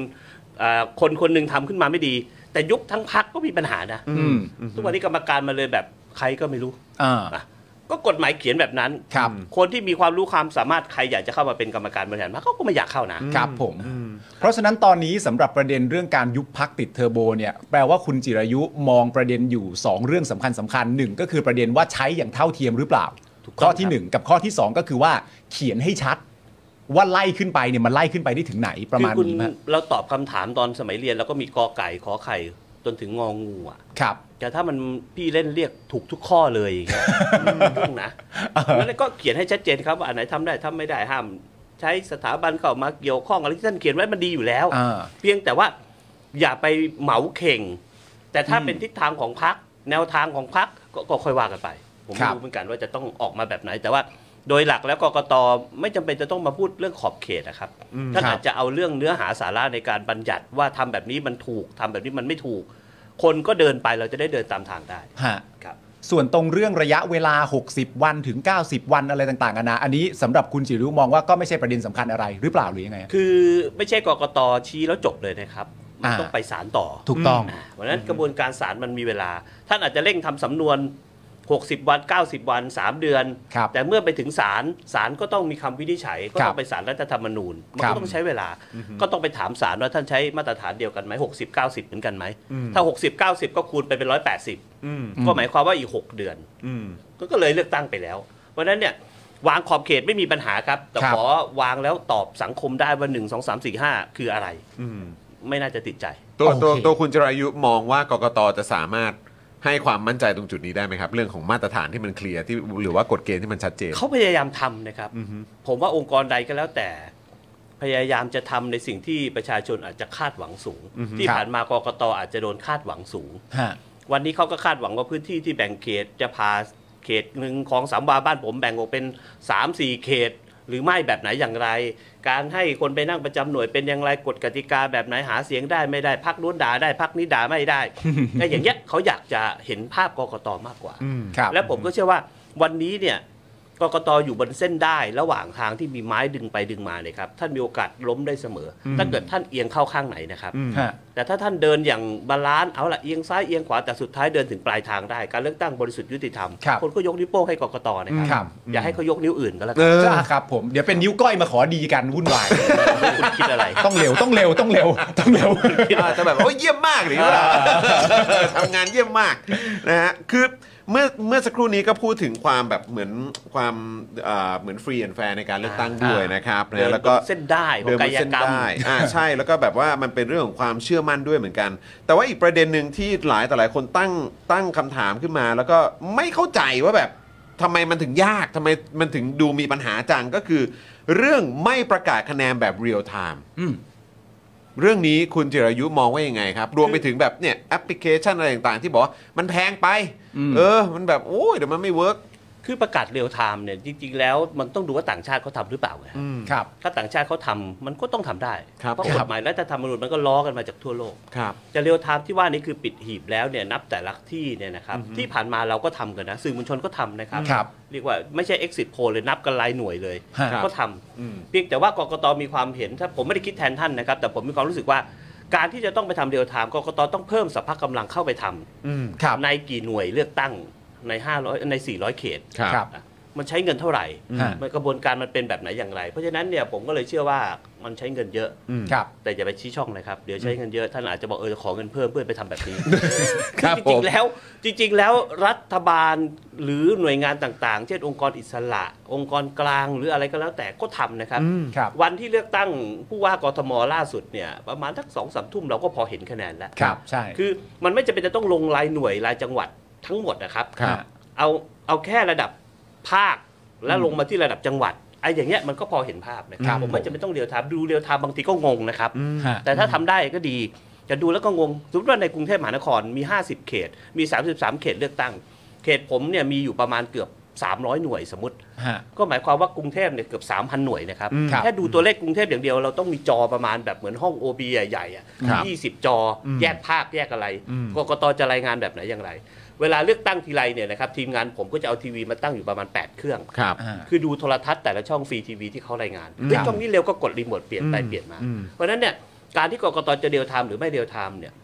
อ่าคนคนหนึ่งทำขึ้นมาไม่ดี แต่ยุบทั้งพักก็มีปัญหานะ
อืม
ทุกวันนี้กรรมการมาเลยแบบใครก็ไม่รู้
อ่า
ก็กฎหมายเขียนแบบนั้น
ครับ
คนที่มีความรู้ความสามารถใครอยากจะเข้ามาเป็นกรรมการบริหารพรรคเขาก็ไม่อยากเข้านะ
ครับผม เพราะฉะนั้นตอนนี้สำหรับประเด็นเรื่องการยุบพักติดเทอร์โบเนี่ยแปลว่าคุณจิรายุมองประเด็นอยู่ 2 เรื่องสำคัญสำคัญหนึ่งก็คือประเด็นว่าใช้อย่างเท่าเทียมหรือเปล่า
ถูกต้อง
ข้อ
ค
ที่
รับ
หนึ่งกับข้อที่สองก็คือว่าเขียนให้ชัด ว่าไล่ขึ้นไปเนี่ยมันไล่ขึ้นไปได้ถึงไหนประมาณ
คือคุณ
นี้มั้ย
เราตอบคำถามตอนสมัยเรียนเราก็มีกอไก่ขอไข่จนถึงงองูอ่ะ
ครับ
แต่ถ้ามันพี่เล่นเรียกถูกทุกข้อเลยอย่างเงี้ย ยุ่งนะแล้วก็เขียนให้ชัดเจนครับว่าอันไหนทำได้ทำไม่ได้ห้าม ใช้สถาบันเข้ามาเกี่ยวข้องอะไรที่ท่านเขียนไว้มันดีอยู่แล้ว
อ่า
เพียงแต่ว่าอย่าไปเหมาเข่ง แต่ถ้าเป็นทิศทางของพักแนวทางของพักกก็ค่อยว่ากันไป ผม
ครับ
ไม่รู้เหมือนกันว่าจะต้องออกมาแบบไหน แต่ว่าโดยหลักแล้วกกตไม่จำเป็นจะต้องมาพูดเรื่องขอบเขตนะครับถ้าอาจจะเอาเรื่องเนื้อหาสาระในการบัญญัติว่าทำแบบนี้มันถูกทำแบบนี้มันไม่ถูก คนก็เดินไปเราจะได้เดินตามทางได้
ฮะ
ครับ
ส่วนตรงเรื่องระยะเวลา 60 วันถึง 90 วันอะไรต่างๆนานาอันนี้สำหรับคุณจิรุมองว่าก็ไม่ใช่ประเด็นสำคัญอะไรหรือเปล่าหรือยังไงฮะ
คือไม่ใช่กกตชี้แล้วจบเลยนะครับมัน
อ่า
ต้องไปศาลต่อ
ถูกต้อง
อ่าเพราะฉะนั้นกระบวนการศาลมันมีเวลา ท่านอาจจะเร่งทำสำนวน 60 วัน 90 วัน 3 เดือน
ครับ
แต่เมื่อไปถึงศาลศาลก็ต้องมีคำวินิจฉัย ก็
ครั
ต้อบ งไปศาลรัฐธรรมนูญ มัน
ครั
ก็
บ
ต้องใช้เวลา ก็ต้องไปถามศาลว่าท่านใช้มาตรฐานเดียวกันไหม60 90 เหมือนกันไหม ถ้า 60 90 ก็คูณไปเป็น 180
อืม
ก็หมายความว่าอีก 6 เดือน
อืม
ก็ก็เลยเลือกตั้งไปแล้ว เพราะฉะนั้นเนี่ยวางขอบเขตไม่มีปัญหาครับ แต่
ครับ
ขอวางแล้วตอบสังคมได้ว่า1 2 3 4 5 คืออะไร
อืม
ไม่น่าจะติดใจ
ตัว
โอเค
ตัวตัวคุณจรายุมองว่ากกตจะสามารถให้ความมั่นใจตรงจุดนี้ได้ไหมครับ เรื่องของมาตรฐานที่มันเคลียร์ที่หรือว่ากฎเกณฑ์ที่มันชัดเจน
เขาพยายามทำนะครับ ผมว่าองค์กรใดก็แล้วแต่ พยายามจะทำในสิ่งที่ประชาชนอาจจะคาดหวังสูง ที่
ครับ
ผ่านมากกตอาจจะโดนคาดหวังสูง
ฮะ
วันนี้เขาก็คาดหวังว่าพื้นที่ที่แบ่งเขตจะพาเขตหนึ่งของสามวาบ้านผมแบ่งออกเป็น 3 4 เขต หรือไม่แบบไหนอย่างไร การให้คนไปนั่งประจำหน่วยเป็นอย่างไรกฎกติกาแบบไหนหาเสียงได้ไม่ได้พักนู้นด่าได้พักนี้ด่าไม่ได้ แต่อย่างเงี้ยเขาอยากจะเห็นภาพกกตมากกว่า
ครับ
และผมก็เชื่อว่าวันนี้เนี่ยกกตอยู่บนเส้นได้ระหว่างทางที่มีไม้ดึงไปดึงมาเลยครับ ท่านมีโอกาสล้มได้เสมออถ้าเกิดท่านเอียงเข้าข้างไหนนะครับ
ฮะ
แต่ถ้าท่านเดินอย่างบาลานซ์เอาละเอียงซ้ายเอียงขวาแต่สุดท้ายเดินถึงปลายทางได้ การเลือกตั้งบริสุทธิ์ยุติธรรม
ครับ
นก็ยกนิ้วโป้งให้กกตนะ
ค
ค
รั
รับ อย่าให้เขายกนิ้วอื่นก็แล้ว
เอ
กัน
อ
จ้าครับผมเดี๋ยวเป็นนิ้วก้อยมาขอดีกันวุ่นวาย
คุณคิดอะไร
ต้องเร็วต้องเร็วต้องเร็วต้องเร็ว
อาจจะแบบโอ้ยเยี่ยมมากหรือว่า ทำงานเยี่ยมมากนะฮะคือเมื่อเมื่อสักครู่นี้ก็พูดถึงความแบบเหมือนความเอ่อเหมือนฟรีแอนแฟร์ในการเลือกตั้งด้วยนะครับนะ
เดิ
ฮะ
น
แล้วก็
บนเส้นได้ของ
เดินบนเส้น
กายกรรม
ได้อ่าใช่ แล้วก็แบบว่ามันเป็นเรื่องของความเชื่อมั่นด้วยเหมือนกัน แต่ว่าอีกประเด็นหนึ่งที่หลายต่อหลายคนตั้งตั้งคำถามขึ้นมา แล้วก็ไม่เข้าใจว่าแบบทำไมมันถึงยากทำไมมันถึงดูมีปัญหาจังก็คือ เรื่องไม่ประกาศคะแนนแบบเรียลไทม์ เรื่องนี้คุณจิรายุมองว่ายังไงครับ รวมไปถึงแบบเนี่ยแอปพลิเคชันอะไรต่างๆ ที่บอกว่ามันแพงไป เออ มันแบบ โอ้ยเดี๋ยวมันไม่เวิร์ก
คือประกาศเรียลไทม์เนี่ยจริง ๆ แล้วมันต้องดูว่าต่างชาติเขาทำหรือเปล่าไงฮะ
ครับ
ถ้าต่างชาติเขาทำมันก็ต้องทำได้
ครับ
เพราะ
ผม
กฎหมายรัฐธรรมนูญมันก็ล้อกันมาจากทั่วโลก
ครับ
จะเร็วไทม์ที่ว่านี้คือปิดหีบแล้วเนี่ยนับแต่ละที่เนี่ยนะครับที่ผ่านมาเราก็ทำกันนะสื่อมวลชนก็ทำนะครับ
ครับ
เรียกว่าไม่ใช่ exit poll เลยนับกันรายหน่วยเลย
ฮะ
ก็ทำ
อืม
เพียงแต่ว่ากกตมีความเห็นถ้าผมไม่ได้คิดแทนท่านนะครับ แต่ผมมีความรู้สึกว่าการที่จะต้องไปทำเร็วไทม์กกตต้องเพิ่มสัพพะกำลังเข้าไปทำ
อืม
ครับ
ในกี่หน่วยเลือกตั้งใน500ใน 400 เขต
ครับ
ครับ
อ่ะ มันใช้เงินเท่าไหร่
ฮะ
มันกระบวนการมันเป็นแบบไหนอย่างไร เพราะฉะนั้นเนี่ยผมก็เลยเชื่อว่ามันใช้เงินเยอะ
ครับ
แต่อย่าไปชี้ช่องเลยครับ เดี๋ยวใช้เงินเยอะท่านอาจจะบอกเออขอเงินเพิ่มเพื่อไปทำแบบนี้
ครับ
จ
ผ
ริ
ม
งๆแล้วจริง ๆ แล้วรัฐบาลหรือหน่วยงานต่างๆ เช่นองค์กรอิสระ องค์กรกลางหรืออะไรก็แล้วแต่ก็ทำนะครับ
ครับ
วันที่เลือกตั้งผู้ว่ากทมล่าสุดเนี่ยประมาณทักสองสามทุ่มเราก็พอเห็นคะแนนแล้ว
ครับ ใช่
คือมันไม่จำเป็นจะต้องลงรายหน่วยรายจังหวัดทั้งหมดนะครับ
ครับ
เอาเอาแค่ระดับภาคแล้วลงมาที่ระดับจังหวัดไอ้อย่างเงี้ยมันก็พอเห็นภาพนะค
ครั
รับบ ผม
ผม
ไม่จำเป็นต้องเรียวทามดูเรียวทามบางทีก็งงนะครับ
ฮะ
แต่ถ้าทำได้ก็ดีจะดูแล้วก็งงสมมติว่าในกรุงเทพมหานครมี 50 เขต มี 33 เขตเลือกตั้ง เขตผมเนี่ยมีอยู่ประมาณเกือบ 300 หน่วยสมมติ
ฮะ
ก็หมายความว่ากรุงเทพเนี่ยเกือบ 3,000 หน่วยนะครับ
อืม
ครับ
แค่ดูตัวเลขกรุงเทพอย่างเดียวเราต้องมีจอประมาณแบบเหมือนห้อง OB ใหญ่ๆอ่ะ
ครับ
20 จออแยกภาคแยกอะไร
อืม
กกตจะรายงานแบบไหนอย่างไร เวลาเลือกตั้งทีไรเนี่ยนะครับทีมงานผมก็จะเอาทีวีมาตั้งอยู่ประมาณ 8 เครื่อง
ครับ
า
คือดูโทรทัศน์แต่ละช่องฟรีทีวีที่เขารายงานเฮ้
ค
ย
รับ
ช่องนี้เร็วก็กดรีโมทเปลี่ยนไป
อืม
เปลี่ยนมา
อืม
เพราะฉะนั้นเนี่ยการที่กกตจะเดียวไทม์หรือไม่เดียวไทม์เนี่ย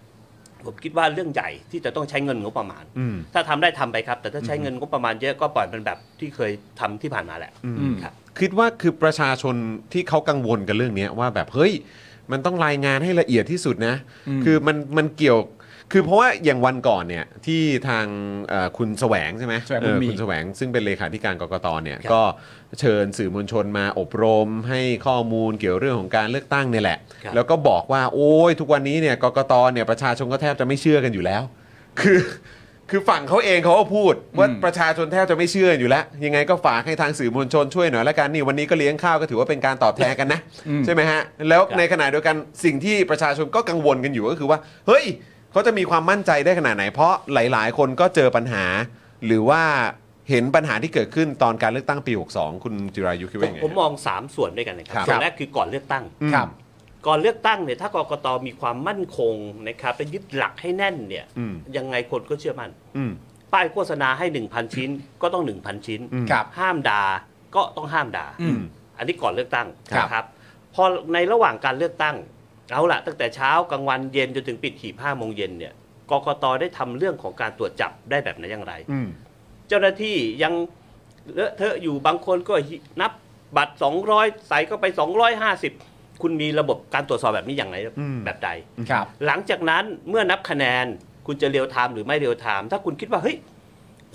ผมคิดว่าเรื่องใหญ่ที่จะต้องใช้เงินงบประมาณ
อืม
ถ้าทำได้ทำไปครับ แต่ถ้าใช้เงินงบประมาณเยอะก็ปล่อยเป็นแบบที่เคยทำที่ผ่านมาแหละ
อืม
ครับ
คิดว่าคือประชาชนที่เขากังวลกันเรื่องเนี้ยว่าแบบเฮ้ยมันต้องรายงานให้ละเอียดที่สุดนะ
อืม
คือมันมันเกี่ยว คือเพราะว่าอย่างวันก่อนเนี่ยที่ทางเอ่อคุณแสวงใช่ไหม
แสวงบุ
เอ
ญ
อ
มี
คุณแสวงซึ่งเป็นเลขาธิการกกตเนี่ย
ครับ
ก็เชิญสื่อมวลชนมาอบรมให้ข้อมูลเกี่ยวเรื่องของการเลือกตั้งเนี่ยแหละ
ครับ
แล้วก็บอกว่าโอ้ยทุกวันนี้เนี่ยกกตเนี่ยประชาชนก็แทบจะไม่เชื่อกันอยู่แล้ว คือคือฝั่งเขาเองเขาก็พูด ว่า
อืม
ประชาชนแทบจะไม่เชื่ออยู่แล้ว ยังไงก็ฝากให้ทางสื่อมวลชนช่วยหน่อยละกันนี่วันนี้ก็เลี้ยงข้าวก็ถือว่าเป็นการตอบแทนกันนะ
อืม
ใช่ไหมฮะ แล้ว
ครับ
ในขณะเดียวกันสิ่งที่ประชาชนก็กังวลกันอยู่ก็คือว่า เฮ้ยเขาจะมีความมั่นใจได้ขนาดไหน เพราะหลายๆ คนก็เจอปัญหา หรือว่าเห็นปัญหาที่เกิดขึ้นตอนการเลือกตั้งปี 62 คุณจิรายุคิด
ผ
ว่ายั
ม
งไง
ผมมอง 3 ส่วนด้วยกันนะครับ
ครับ
ส่วนแรกคือก่อนเลือกตั้ง
อืม
ครับ
ก่อนเลือกตั้งเนี่ยถ้ากกตมีความมั่นคงนะครับไปยึดหลักให้แน่นเนี่ย
อืม
ยังไงคนก็เชื่อมั่น
อืม
ป้ายโฆษณาให้ 1,000 ชิ้น ก็ต้อง 1,000 ชิ้น
อืม
ครับ
ห้ามด่าก็ต้องห้ามด่า
อืม
อันนี้ก่อนเลือกตั้ง
ครับ
นะครับ พอในระหว่างการเลือกตั้ง เอาละตั้งแต่เช้ากลางวันเย็นจนถึงปิดหีบห้าโมงเย็นเนี่ยกกตได้ทำเรื่องของการตรวจจับได้แบบไหนอย่างไร
อืม
เจ้าหน้าที่ยังเลอะเทอะอยู่บางคนก็นับบัตร 200 ใส่เข้าไป 250 คุณมีระบบการตรวจสอบแบบนี้อย่างไร
อืม
แบบใด
ครับ
หลังจากนั้นเมื่อนับคะแนนคุณจะเรียวไทม์หรือไม่เรียวไทม์ถ้าคุณคิดว่าเฮ้ย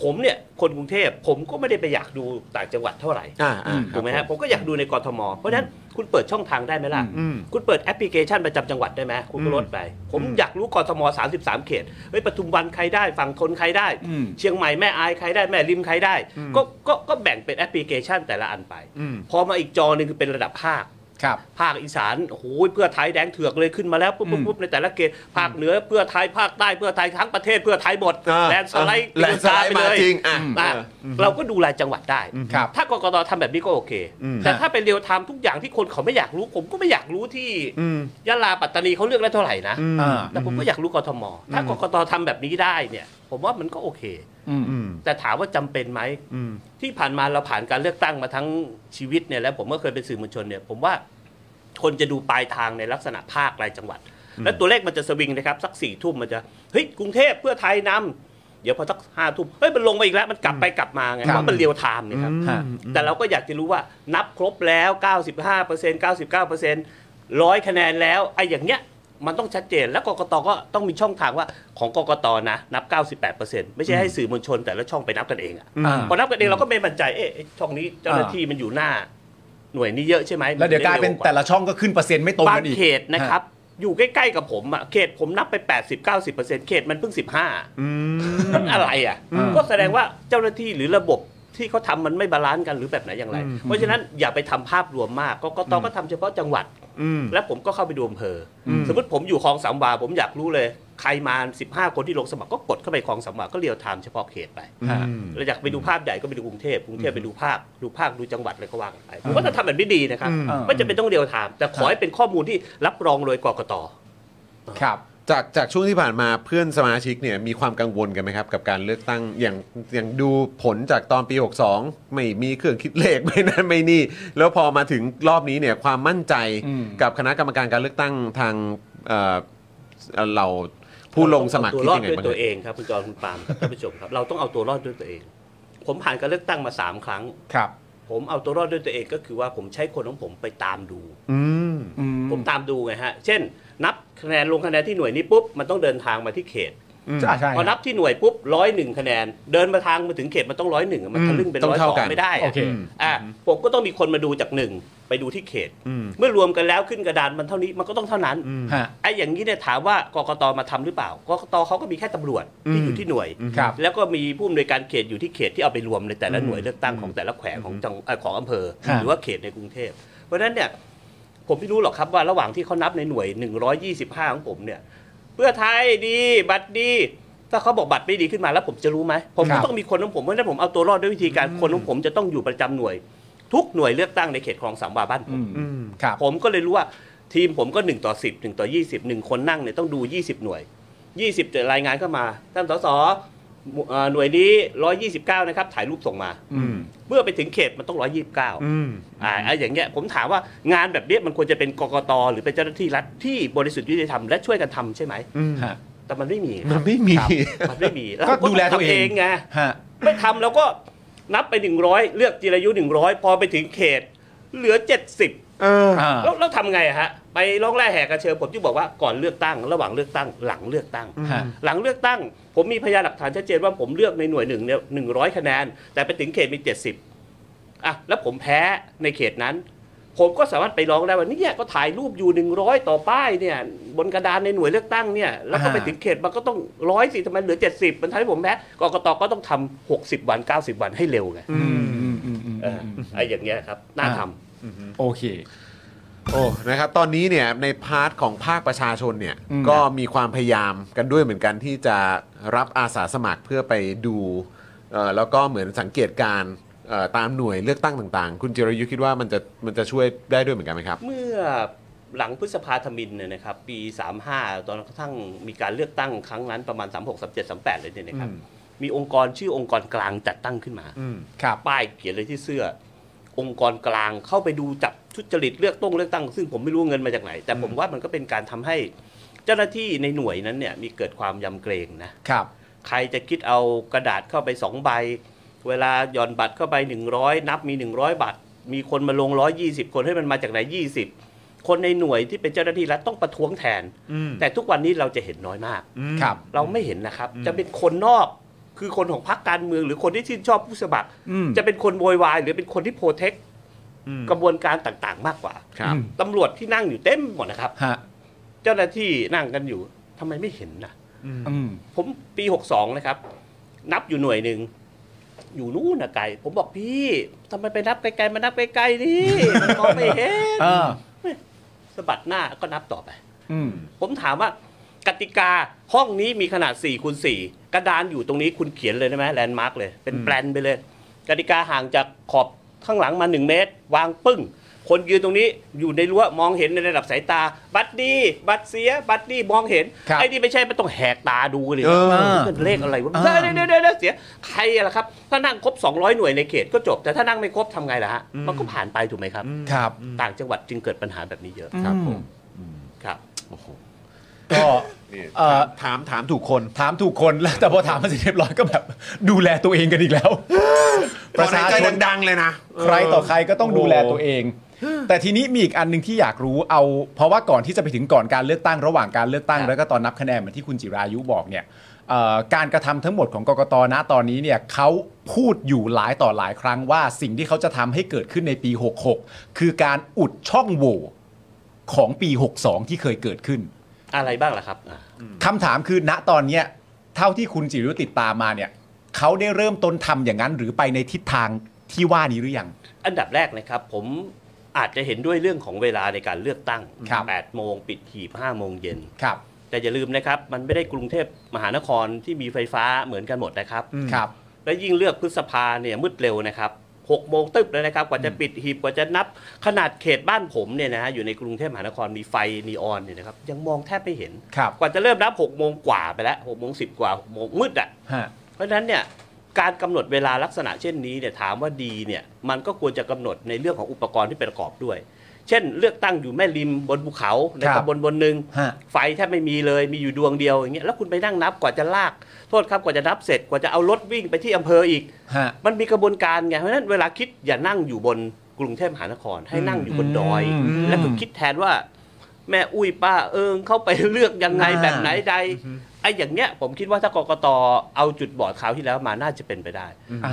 ผมเนี่ยคนกรุงเทพผมก็ไม่ได้ไปอยากดูต่างจังหวัดเท่าไหร่
อ่าอ่า
ครับ
ถูกไหมฮะผมก็อยากดูในกรทม เพราะฉะนั้นคุณเปิดช่องทางได้ไหมล่ะ
อืม
คุณเปิดแอปพลิเคชันประจำจังหวัดได้ไหมคุณก็ลดไป ผม
อืม
อยากรู้กรทม 33 เขตเฮ้ยปทุมวันใครได้ฝั่งทนใครได้
อืม
เชียงใหม่แม่อายใครได้แม่ริมใครได้ ก็ก็ก็แบ่งเป็นแอปพลิเคชันแต่ละอันไป
อืม
พอมาอีกจอหนึ่งคือเป็นระดับภาค
ครับ
ภาคอีสานโอ้โหเพื่อไทยแดงเถือกเลยขึ้นมาแล้วปุ๊บปุ๊บปุ๊บในแต่ละเขตภาคเหนือเพื่อไทยภาคใต้เพื่อไทยทั้งประเทศเพื่อไทยหมด
อ่า
แลนด์สไลด์
อ่าแลนด์สไลด์
ป
มา
เย
จริงอ่ะ
อืม
อ่ะ
เออ
เราก็ดูรายจังหวัดได้
ครับ
ถ้ากกตทำแบบนี้ก็โอเค
อืม
แต่ถ้าเป็นเรียวไทม์ทุกอย่างที่คนเขาไม่อยากรู้ ผมก็ไม่อยากรู้ที่
อืม
ยะลาปัตตานีเขาเลือกได้เท่าไหร่นะ
อืม
อ่า
แต่ผมก็อยากรู้กทม ถ้ากกตทำแบบนี้ได้เนี่ย ผมว่ามันก็โอเค
อืม
อืม
แต่ถามว่าจำเป็นไหม
อืม
ที่ผ่านมาเราผ่านการเลือกตั้งมาทั้งชีวิตเนี่ยแล้วผมก็เคยเป็นสื่อมวลชนเนี่ยผมว่าคนจะดูปลายทางในลักษณะภาครายจังหวัด และตัวเลขมันจะสวิงนะครับ สักสี่ทุ่มมันจะเฮ้ยกรุงเทพเพื่อไทยนำเดี๋ยวพอสักห้าทุ่มเฮ้ยมันลงมาอีกแล้วมันกลับไปกลับมาไง
ครับ
เพราะมันเรียวไทม์นี่ครับ
ฮะ
แต่เราก็อยากจะรู้ว่านับครบแล้ว 95% 99% 100 คะแนนแล้วไอ้อย่างเงี้ยมันต้องชัดเจน แล้วกกตก็ต้องมีช่องทางว่าของกกตนะ นับ 98%ไม่ใช่ให้สื่อมวลชนแต่ละช่องไปนับกันเองอะ
อ่า
พอนับกันเองเราก็ไม่มั่นใจเอ๊ะไอ้ช่องนี้เจ้าหน้าที่มันอยู่หน้า หน่วยนี้เยอะใช่ไหม
แล้วเดี๋ยวกลายเป็นแต่ละช่องก็ขึ้นเปอร์เซ็นต์ไม่ตรง
บาง
กันอีก
เขตนะครับ อยู่ใกล้ๆกับผมอะเขตผมนับไป 80-90%เขตมันเพิ่ง 15
อืม
มันอะไรอ่ะ
อืม
ก็แสดงว่าเจ้าหน้าที่หรือระบบที่เขาทำมันไม่บาลานซ์กันหรือแบบไหนอย่างไร
อืม
เพราะฉะนั้นอย่าไปทำภาพรวมมากกกตก็ทำเฉพาะจังหวัด
อืม
และผมก็เข้าไปดูอำเภออ
ม
สมมติผมอยู่คลองสามวาผมอยากรู้เลย ใครมา 15 คนที่ลงสมัครก็กดเข้าไปคลองสามวาก็เรียวไทม์เฉพาะเขตไป
อืม
เราอยากไปดูภาพใหญ่ก็ไปดูกรุงเทพกรุงเทพไปดูภาคดูภาคดูจังหวัดอะไรก็ว่ากันไปผมว่าจะทำแบบนี้ดีนะครับ
อืม
ไม่จำเป็นต้องเรียวไทม์แต่ขอให้เป็นข้อมูลที่รับรองโดยกกต
ครับ
จากจากช่วงที่ผ่านมาเพื่อนสมาชิกเนี่ยมีความกังวลกันไหมครับ กับการเลือกตั้งอย่างอย่างดูผลจากตอนปี 62 ไม่มีเครื่องคิดเลข ไม่นั่นไม่นี่ แล้วพอมาถึงรอบนี้เนี่ยความมั่นใจ
อืม
กับคณะกรรมการการเลือกตั้งทางเอ่อเอ่อเราผู้ลงสมัคร
ตัว
คิด
รอด
ยังไง
ด้วย
บ้าง
ตัว
ฮะ
เองครับคุณจอห์นคุณปาล์มครับท่านผู้ชมครับ เราต้องเอาตัวรอดด้วยตัวเอง ผมผ่านการเลือกตั้งมาสามครั้ง
ครับ
ผมเอาตัวรอดด้วยตัวเองก็คือว่าผมใช้คนของผมไปตามดู
อืม
อืม
ผมตามดูไงฮะ เช่น นับคะแนนลงคะแนนที่หน่วยนี้ปุ๊บมันต้องเดินทางมาที่เขต
ใช่ใช่
พอนับที่หน่วยปุ๊บร้อยหนึ่งคะแนน เดินมาทางมาถึงเขตมันต้องร้อยหนึ่งมันทะลึ่งเป็น
ต้อง
ร้อยส
เท่า
อง
กัน
ไม่ได้
โอ
อะ
เค
อืม
อ่ะผมก็ต้องมีคนมาดูจากหนึ่งไปดูที่เขต
อืม
เมื่อรวมกันแล้วขึ้นกระดานมันเท่านี้มันก็ต้องเท่านั้น
อืม
ฮะ
ไอ้อย่างนี้เนี่ยถามว่ากกตมาทำหรือเปล่ากกตเขาก็มีแค่ตำรวจที่อยู่ที่หน่วย
ครับ
แล้วก็มีผู้อำนวยการเขตอยู่ที่เขตที่เอาไปรวมในแต่ละหน่วยเลือกตั้งของแต่ละแขวงของจังเอ่อของอำเภอ
ฮะ
หรือว่าเขตในกรุงเทพ เพราะฉะนั้นเนี่ยผมไม่รู้หรอกครับว่าระหว่างที่เขานับในหน่วย 125 ของผมเนี่ย เพื่อไทยดีบัตรดี ถ้าเขาบอกบัตรไม่ดีขึ้นมาแล้วผมจะรู้ไหมผม
ครั
ก็
บ
ต้องมีคนของผมเพราะฉะนั้นผมเอาตัวรอดด้วยวิธีการคนของผมจะต้องอยู่ประจำหน่วย ทุกหน่วยเลือกตั้งในเขตคลองสามวาบ้านผม
อืมครับ
ผมก็เลยรู้ว่าทีมผมก็ 1 ต่อ 10 1 ต่อ 20หนึ่งคนนั่งเนี่ยต้องดู 20 หน่วย 20แต่รายงานเข้ามาท่านสสเอ่อหน่วยนี้ 129 นะครับ ถ่ายรูปส่งมา
อืม
เมื่อไปถึงเขตมันต้อง 129
อืม
อ่าอ่ะอย่างเงี้ยผมถามว่างานแบบเนี้ยมันควรจะเป็นกกตหรือเป็นเจ้าหน้าที่รัฐที่บริสุทธิ์ยุติธรรมและช่วยกันทำใช่ไหม
อืม
ฮะ
แต่มันไม่มี
มันไม่มี
ครับ
มันไม่มี
ก็ดูแลตัวเอง
ราก็ทำไง
ฮะ
ไม่ทำแล้วก็นับไป 100 เลือกจิรายุ 100 พอไปถึงเขต เหลือ 70
เออ
อ่า
แล้วเราทำไงอะฮะไปร้องแร่แหกกระเชิญผมที่บอกว่าก่อนเลือกตั้ง ระหว่างเลือกตั้ง หลังเลือกตั้ง
ฮะ
หลังเลือกตั้ง ผมมีพยานหลักฐานชัดเจนว่าผมเลือกในหน่วยหนึ่งเนี่ยหนึ่งร้อยคะแนน แต่ไปถึงเขตมีเจ็ดสิบอ่ะแล้วผมแพ้ในเขตนั้น ผมก็สามารถไปร้องได้ว่าเนี่ยก็ถ่ายรูปอยู่หนึ่งร้อยต่อป้ายเนี่ยบนกระดานในหน่วยเลือกตั้งเนี่ยแล้วก็ไป
อ่า
ถึงเขตมันก็ต้องร้อยสิทำไมเหลือเจ็ดสิบมันทำให้ผมแพ้กกตก็ต้องทำหกสิบวันเก้าสิบวันให้เร็วไง
อืมอืมอืมอืม
เออไอ้อย่างเงี้ยครับน่าทำ
โอเค
โอ้ นะครับ ตอนนี้เนี่ยในพาร์ทของภาคประชาชนเนี่ย
อืม
ก็มีความพยายามกันด้วยเหมือนกันที่จะรับอาสาสมัครเพื่อไปดูเอ่อแล้วก็เหมือนสังเกตการณ์เอ่อตามหน่วยเลือกตั้งต่างๆ คุณจิรยุคิดว่ามันจะมันจะช่วยได้ด้วยเหมือนกันไหมครับ
เมื่อหลังพฤษภาธมินเนี่ยนะครับปี 35 ตอนกระทั่งมีการเลือกตั้งครั้งนั้นประมาณ 36 37 38 เลยเนี่ยนะครับ
อืม
มีองค์กรชื่อองค์กรกลางจัดตั้งขึ้นมา
อืม
ครับ
ป้ายเขียนเลยที่เสื้อ องค์กรกลางเข้าไปดูจับทุจริตเลือกต้งเลือกตั้ง ซึ่งผมไม่รู้เงินมาจากไหน แต่ผมว่ามันก็เป็นการทำให้เจ้าหน้าที่ในหน่วยนั้นเนี่ยมีเกิดความยำเกรงนะ
ครับ
ใครจะคิดเอากระดาษเข้าไปสองใบ เวลาหย่อนบัตรเข้าไป 100 นับมี 100 บัตร มีคนมาลง 120 คนให้มันมาจากไหน 20 คนในหน่วยที่เป็นเจ้าหน้าที่รัฐต้องประท้วงแทน
อืม
แต่ทุกวันนี้เราจะเห็นน้อยมาก
ครับ
เราไม่เห็นนะครับ จะเป็นคนนอกคือคนของพรรคการเมือง หรือคนที่ชื่นชอบผู้สมัคร
อืม
จะเป็นคนโวยวายหรือเป็นคนที่โปรเทค
อืม
กระบวนการต่างๆ มากกว่า
ครับ
อืม
ตำรวจที่นั่งอยู่เต็มหมดนะครับ
ฮะ
เจ้าหน้าที่นั่งกันอยู่ทำไมไม่เห็นนะ
อืม
ผมปี 62 นะครับ นับอยู่หน่วยหนึ่ง อยู่นู่นนะไกล ผมบอกพี่ทำไมไปนับไกลๆมานับไกลๆนี่ มันมองไม่เห็น
เออ
สะบัดหน้าก็นับต่อไป
อืม
ผมถามว่ากติกาห้องนี้มีขนาด4คูณ4กระดานอยู่ตรงนี้คุณเขียนเลยได้ไหมแลนด์มาร์กเลย เป็นแปลนไปเลย กติกาห่างจากขอบข้างหลังมา 1 เมตร วางปึ้ง คนยืนตรงนี้อยู่ในรั้วมองเห็นในระดับสายตา บัตรดี บัตรเสีย บัตรดีมองเห็น
ครับ
ไอ้นี่ไม่ใช่ไม่ต้องแหกตาดูเลย
เออ
มันเลขอะไรวะ
อ่า
เดี๋ยวเดี๋ยวเดี๋ยวเดี๋ยวเสียใครอะล่ะครับ ถ้านั่งครบ 200 หน่วยในเขตก็จบ แต่ถ้านั่งไม่ครบทำไงล่ะฮะมันก็ผ่านไปถูกไหมครับ
ครับ
ต่างจังหวัดจึงเกิดปัญหาแบบนี้เยอะ
ครับผม
ครับ
โอ้โห
ก็
นี่
เอ่อ
ถามถามถูกคน
ถามถูกคนแล้วแต่พอถามมาเสร็จเรียบร้อยก็แบบ ดูแลตัวเองกันอีกแล้ว ประชา
ขอหย
ช
ใจ
น
ดังๆเลยนะ
ใครต่อใครก็ต้องดูแลตัวเอง แต่ทีนี้มีอีกอันหนึ่งที่อยากรู้เอา เพราะว่าก่อนที่จะไปถึงก่อนการเลือกตั้งระหว่างการเลือกตั้ง
ครับ
แล้วก็ตอนนับคะแนนเหมือนที่คุณจิรายุบอกเนี่ยเอ่อการกระทำทั้งหมดของกกตนะตอนนี้เนี่ยเขาพูดอยู่หลายต่อหลายครั้งว่าสิ่งที่เขาจะทำให้เกิดขึ้นในปี 66 คือการอุดช่องโหว่ของปี 62 ที่เคยเกิดขึ้น
อะไรบ้างล่ะครับอ่า
คำถามคือณตอนเนี้ยเท่าที่คุณจิรยุติดตามมาเนี่ยเขาได้เริ่มต้นทำอย่างนั้นหรือไปในทิศทางที่ว่านี้หรือยัง
อันดับแรกนะครับผมอาจจะเห็นด้วยเรื่องของเวลาในการเลือกตั้ง
ครับ
8 โมงปิดหีบ 5 โมงเย็น
ครับ
แต่อย่าลืมนะครับ มันไม่ได้กรุงเทพมหานครที่มีไฟฟ้าเหมือนกันหมดนะครับ
ครับ
และยิ่งเลือกพฤษภาเนี่ยมืดเร็วนะครับ 6 โมงตึ๊บเลยนะครับ กว่าจะปิดหีบกว่าจะนับขนาดเขตบ้านผมเนี่ยนะฮะอยู่ในกรุงเทพมหานครมีไฟนีออนเนี่ยนะครับยังมองแทบไม่เห็น
ครับ
กว่าจะเริ่มนับ 6 โมงกว่าไปแล้ว6โมง10 กว่า6โมงมืดอ่ะ
ฮะ
เพราะฉะนั้นเนี่ยการกำหนดเวลาลักษณะเช่นนี้เนี่ยถามว่าดีเนี่ยมันก็ควรจะกำหนดในเรื่องของอุปกรณ์ที่ประกอบด้วย เช่น เลือกตั้งอยู่แม่ริมบนภูเขาใน
ครับ
ตำบลบนหนึ่ง
ฮะ
ไฟแทบไม่มีเลยมีอยู่ดวงเดียวอย่างเงี้ยแล้วคุณไปนั่งนับกว่าจะลากโทษครับกว่าจะนับเสร็จกว่าจะเอารถวิ่งไปที่อำเภออีก
ฮะ
มันมีกระบวนการไง เพราะฉะนั้นเวลาคิดอย่านั่งอยู่บนกรุงเทพมหานคร ให้นั่งอยู่บนดอย
อืม
แล้วก็คิดแทนว่า แม่อุ้ยป้าเอิงเข้าไปเลือกยังไง
อ่า
แบบไหนใดไอ้อย่างเนี้ย ผมคิดว่าถ้ากกตเอาจุดบอดคราวที่แล้วมาน่าจะเป็นไปได้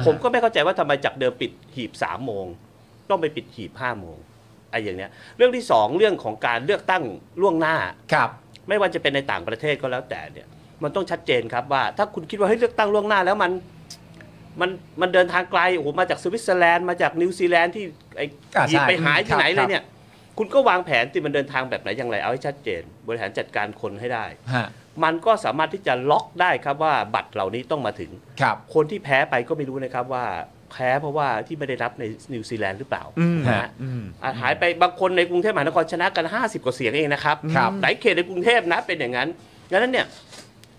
ผมก็ไม่เข้าใจว่าทำไมจากเดิมปิดหีบสามโมง ต้องไปปิดหีบห้าโมงไอ้อย่างเนี้ย เรื่องที่สองเรื่องของการเลือกตั้งล่วงหน้า
ครับ
ไม่ว่าจะเป็นในต่างประเทศก็แล้วแต่เนี่ย มันต้องชัดเจนครับว่า ถ้าคุณคิดว่าเฮ้ยเลือกตั้งล่วงหน้าแล้วมันมันมันเดินทางไกลโอ้โหมาจากสวิตเซอร์แลนด์มาจากนิวซีแลนด์ที่ไอ้
อ่า
หยิบ
ใช่
ไปหา
ค
ย
รั
ที่
บ
ไหน
ค
เล
รั
ย
บ
เนี่ย คุณก็วางแผนที่มันเดินทางแบบไหนอย่างไรเอาให้ชัดเจน บริหารจัดการคนให้ได้
ฮะ
มันก็สามารถที่จะล็อกได้ครับว่าบัตรเหล่านี้ต้องมาถึง
ครับ
คนที่แพ้ไปก็ไม่รู้นะครับว่าแพ้เพราะว่าที่ไม่ได้รับในนิวซีแลนด์หรือเปล่านะฮะอ่ะหายไปบางคนในกรุงเทพมหานครชนะกัน 50 กว่าเสียงเองนะครับ
ครับ
หลายเขตในกรุงเทพนะเป็นอย่างนั้นดังนั้นเนี่ย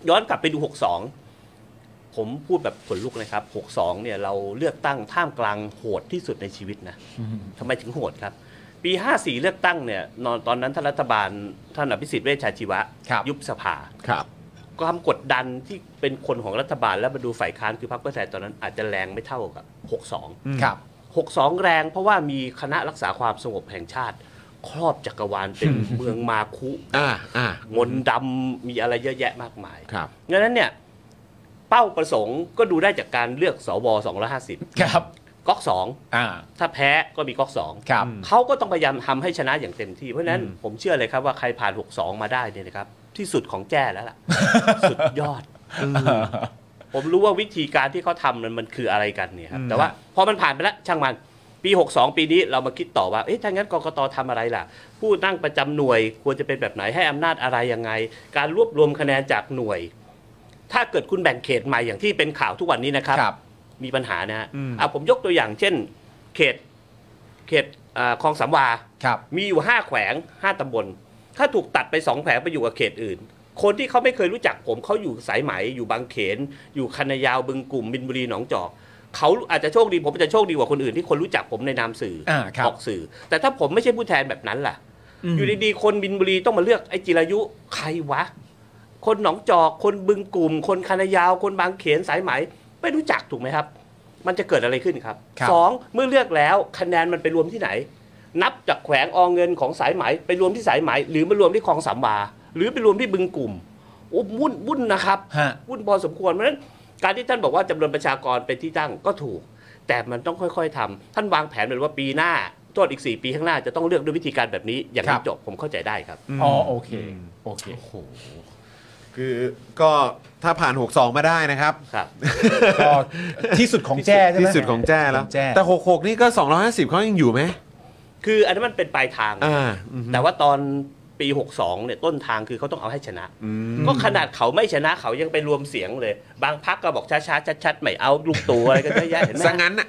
ย้อนกลับไปดู 62 ผมพูดแบบขนลุกนะครับ 62 เนี่ยเราเลือกตั้งท่ามกลางโหดที่สุดในชีวิตนะทำไมถึงโหดครับ ปี 54 เลือกตั้งเนี่ยนอนตอนนั้นท่านรัฐบาลท่านอภิสิทธิ์เวชชาชีวะ
ครับ
ยุบสภา
ครับ
ความกดดันที่เป็นคนของรัฐบาลและมาดูฝ่ายค้านคือพรรคเพื่อไทยตอนนั้นอาจจะแรงไม่เท่ากับ 62
ครับ
62 แรงเพราะว่ามีคณะรักษาความสงบแห่งชาติ ครอบจักรวาลเป็น เมืองมาคุ
อ่าอ่าม
นต์ดำมีอะไรเยอะแยะมากมาย
ครับ
ดังนั้นเนี่ย เป้าประสงค์ก็ดูได้จากการเลือกสว 250
ครับ
ก๊อก
อ่า
2 ถ้าแพ้ก็มีก๊อก 2
ครับ
เขาก็ต้องพยายามทำให้ชนะอย่างเต็มที่ เพราะฉะนั้นผมเชื่อเลยครับว่าใครผ่าน 62 มาได้เนี่ยนะครับ ที่สุดของแจ้แล้วล่ะ สุดยอด ผมรู้ว่าวิธีการที่เขาทำมันมันคืออะไรกันเนี่ยครับ แต่ว่าพอมันผ่านไปแล้วช่างมัน ปี 62 ปีนี้เรามาคิดต่อว่า เอ๊ะถ้างั้นกกตทำอะไรล่ะ ผู้นั่งประจำหน่วยควรจะเป็นแบบไหนให้อำนาจอะไรยังไง การรวบรวมคะแนนจากหน่วย ถ้าเกิดคุณแบ่งเขตใหม่อย่างที่เป็นข่าวทุกวันนี้นะครับ
ครับ
มีปัญหานะฮะอ่ะผมยกตัวอย่างเช่น เขตเขตอ่าคลองสามวา
ครับ
มีอยู่ 5 แขวง 5 ตำบล ถ้าถูกตัดไป 2 แขวงไปอยู่กับเขตอื่น คนที่เขาไม่เคยรู้จักผมเขาอยู่สายไหมอยู่บางเขน อยู่คันนายาวบึงกลุ่มบินบุรีหนองจอกเขาอาจจะโชคดีผมอาจจะโชคดีกว่าคนอื่นที่คนรู้จักผมในนามสื่อ
อ่าครับ
ออกสื่อ แต่ถ้าผมไม่ใช่ผู้แทนแบบนั้นล่ะ
อืม
อยู่ดีๆ คนบินบุรีต้องมาเลือกไอ้จิรายุใครวะ คนหนองจอก คนบึงกลุ่ม คนคันนายาว คนบางเขนสายไหม ไม่รู้จักถูกไหมครับ มันจะเกิดอะไรขึ้นครับ
ครับ
สองเมื่อเลือกแล้วคะแนนมันไปรวมที่ไหน นับจากแขวงอเงินของสายไหมไปรวมที่สายไหม หรือมารวมที่คลองสามวาหรือไปรวมที่บึงกลุ่มโอ้วุ่นวุ่นนะครับ
ฮะ
วุ่นพอสมควรเพราะฉะนั้นการที่ท่านบอกว่าจำนวนประชากรเป็นที่ตั้งก็ถูก แต่มันต้องค่อยๆทำท่านวางแผนไว้ว่าปีหน้าโทษอีก 4 ปีข้างหน้าจะต้องเลือกด้วยวิธีการแบบนี้ อย่าง
ครั
นี้
บ
จบผมเข้าใจได้ครับ
อ๋อโอเค โอเค
คือก็ถ้าผ่าน 62 มาได้นะครับ
ครับ
ก็ที่สุดของแจ้ใช่ไหม
ที่สุดของแจ้แล้ว
ของแจ้
แต่ 66 นี่ก็ 250เขายังอยู่ไหม
คืออันนั้นมันเป็นปลายทาง
อ่าอืม
แต่ว่าตอนปี 62เนี่ยต้นทางคือเขาต้องเอาให้ชนะ ก็ขนาดเขาไม่ชนะเขายังไปรวมเสียงเลย บางพักก็บอกช้าๆชัดๆไม่เอาลูกตูอะไรกันเยอะแยะเห็นไหม
ซะงั้นน่ะ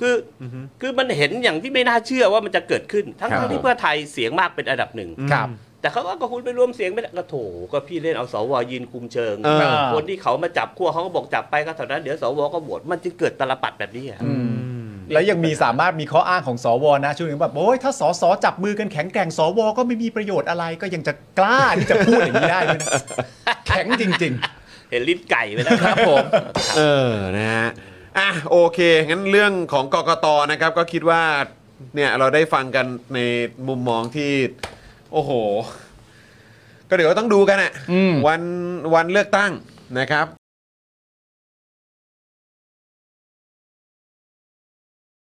คืออคือมันเห็นอย่างที่ไม่น่าเชื่อว่ามันจะเกิดขึ้น ทั้ง
ครับ
ๆที่เพื่อไทยเสียงมากเป็นอันดับหนึ่ง
ครับ
แต่เขาก็คุณไปรวมเสียงไม่ได้ก็โถก็พี่เล่นเอาสวยืนคุมเชิง
เออ
คนที่เขามาจับขั้วเขาก็บอกจับไปก็เท่านั้นเดี๋ยวสวก็โหวตมันจึงเกิดตลปัดแบบนี้อะ
แล้วยังมีสามารถมีข้ออ้างของสวนะช่วงนี้แบบโอ้ยถ้าสสจับมือกันแข็งแกร่งสวก็ไม่มีประโยชน์อะไรก็ยังจะกล้าที่จะพูดอย่างนี้ได้ด้วยนะ แข็งจริง
เห็นลิ้นไก่ไปแล้วครับผม
เออ นะฮะ อ่ะ โอเค งั้นเรื่องของกกตนะครับ ก็คิดว่า เนี่ย เราได้ฟังกันในมุมมองที่ โอ้โห ก็เดี๋ยวก็ต้องดูกันอะ
อืม
วัน วันเลือกตั้งนะครับ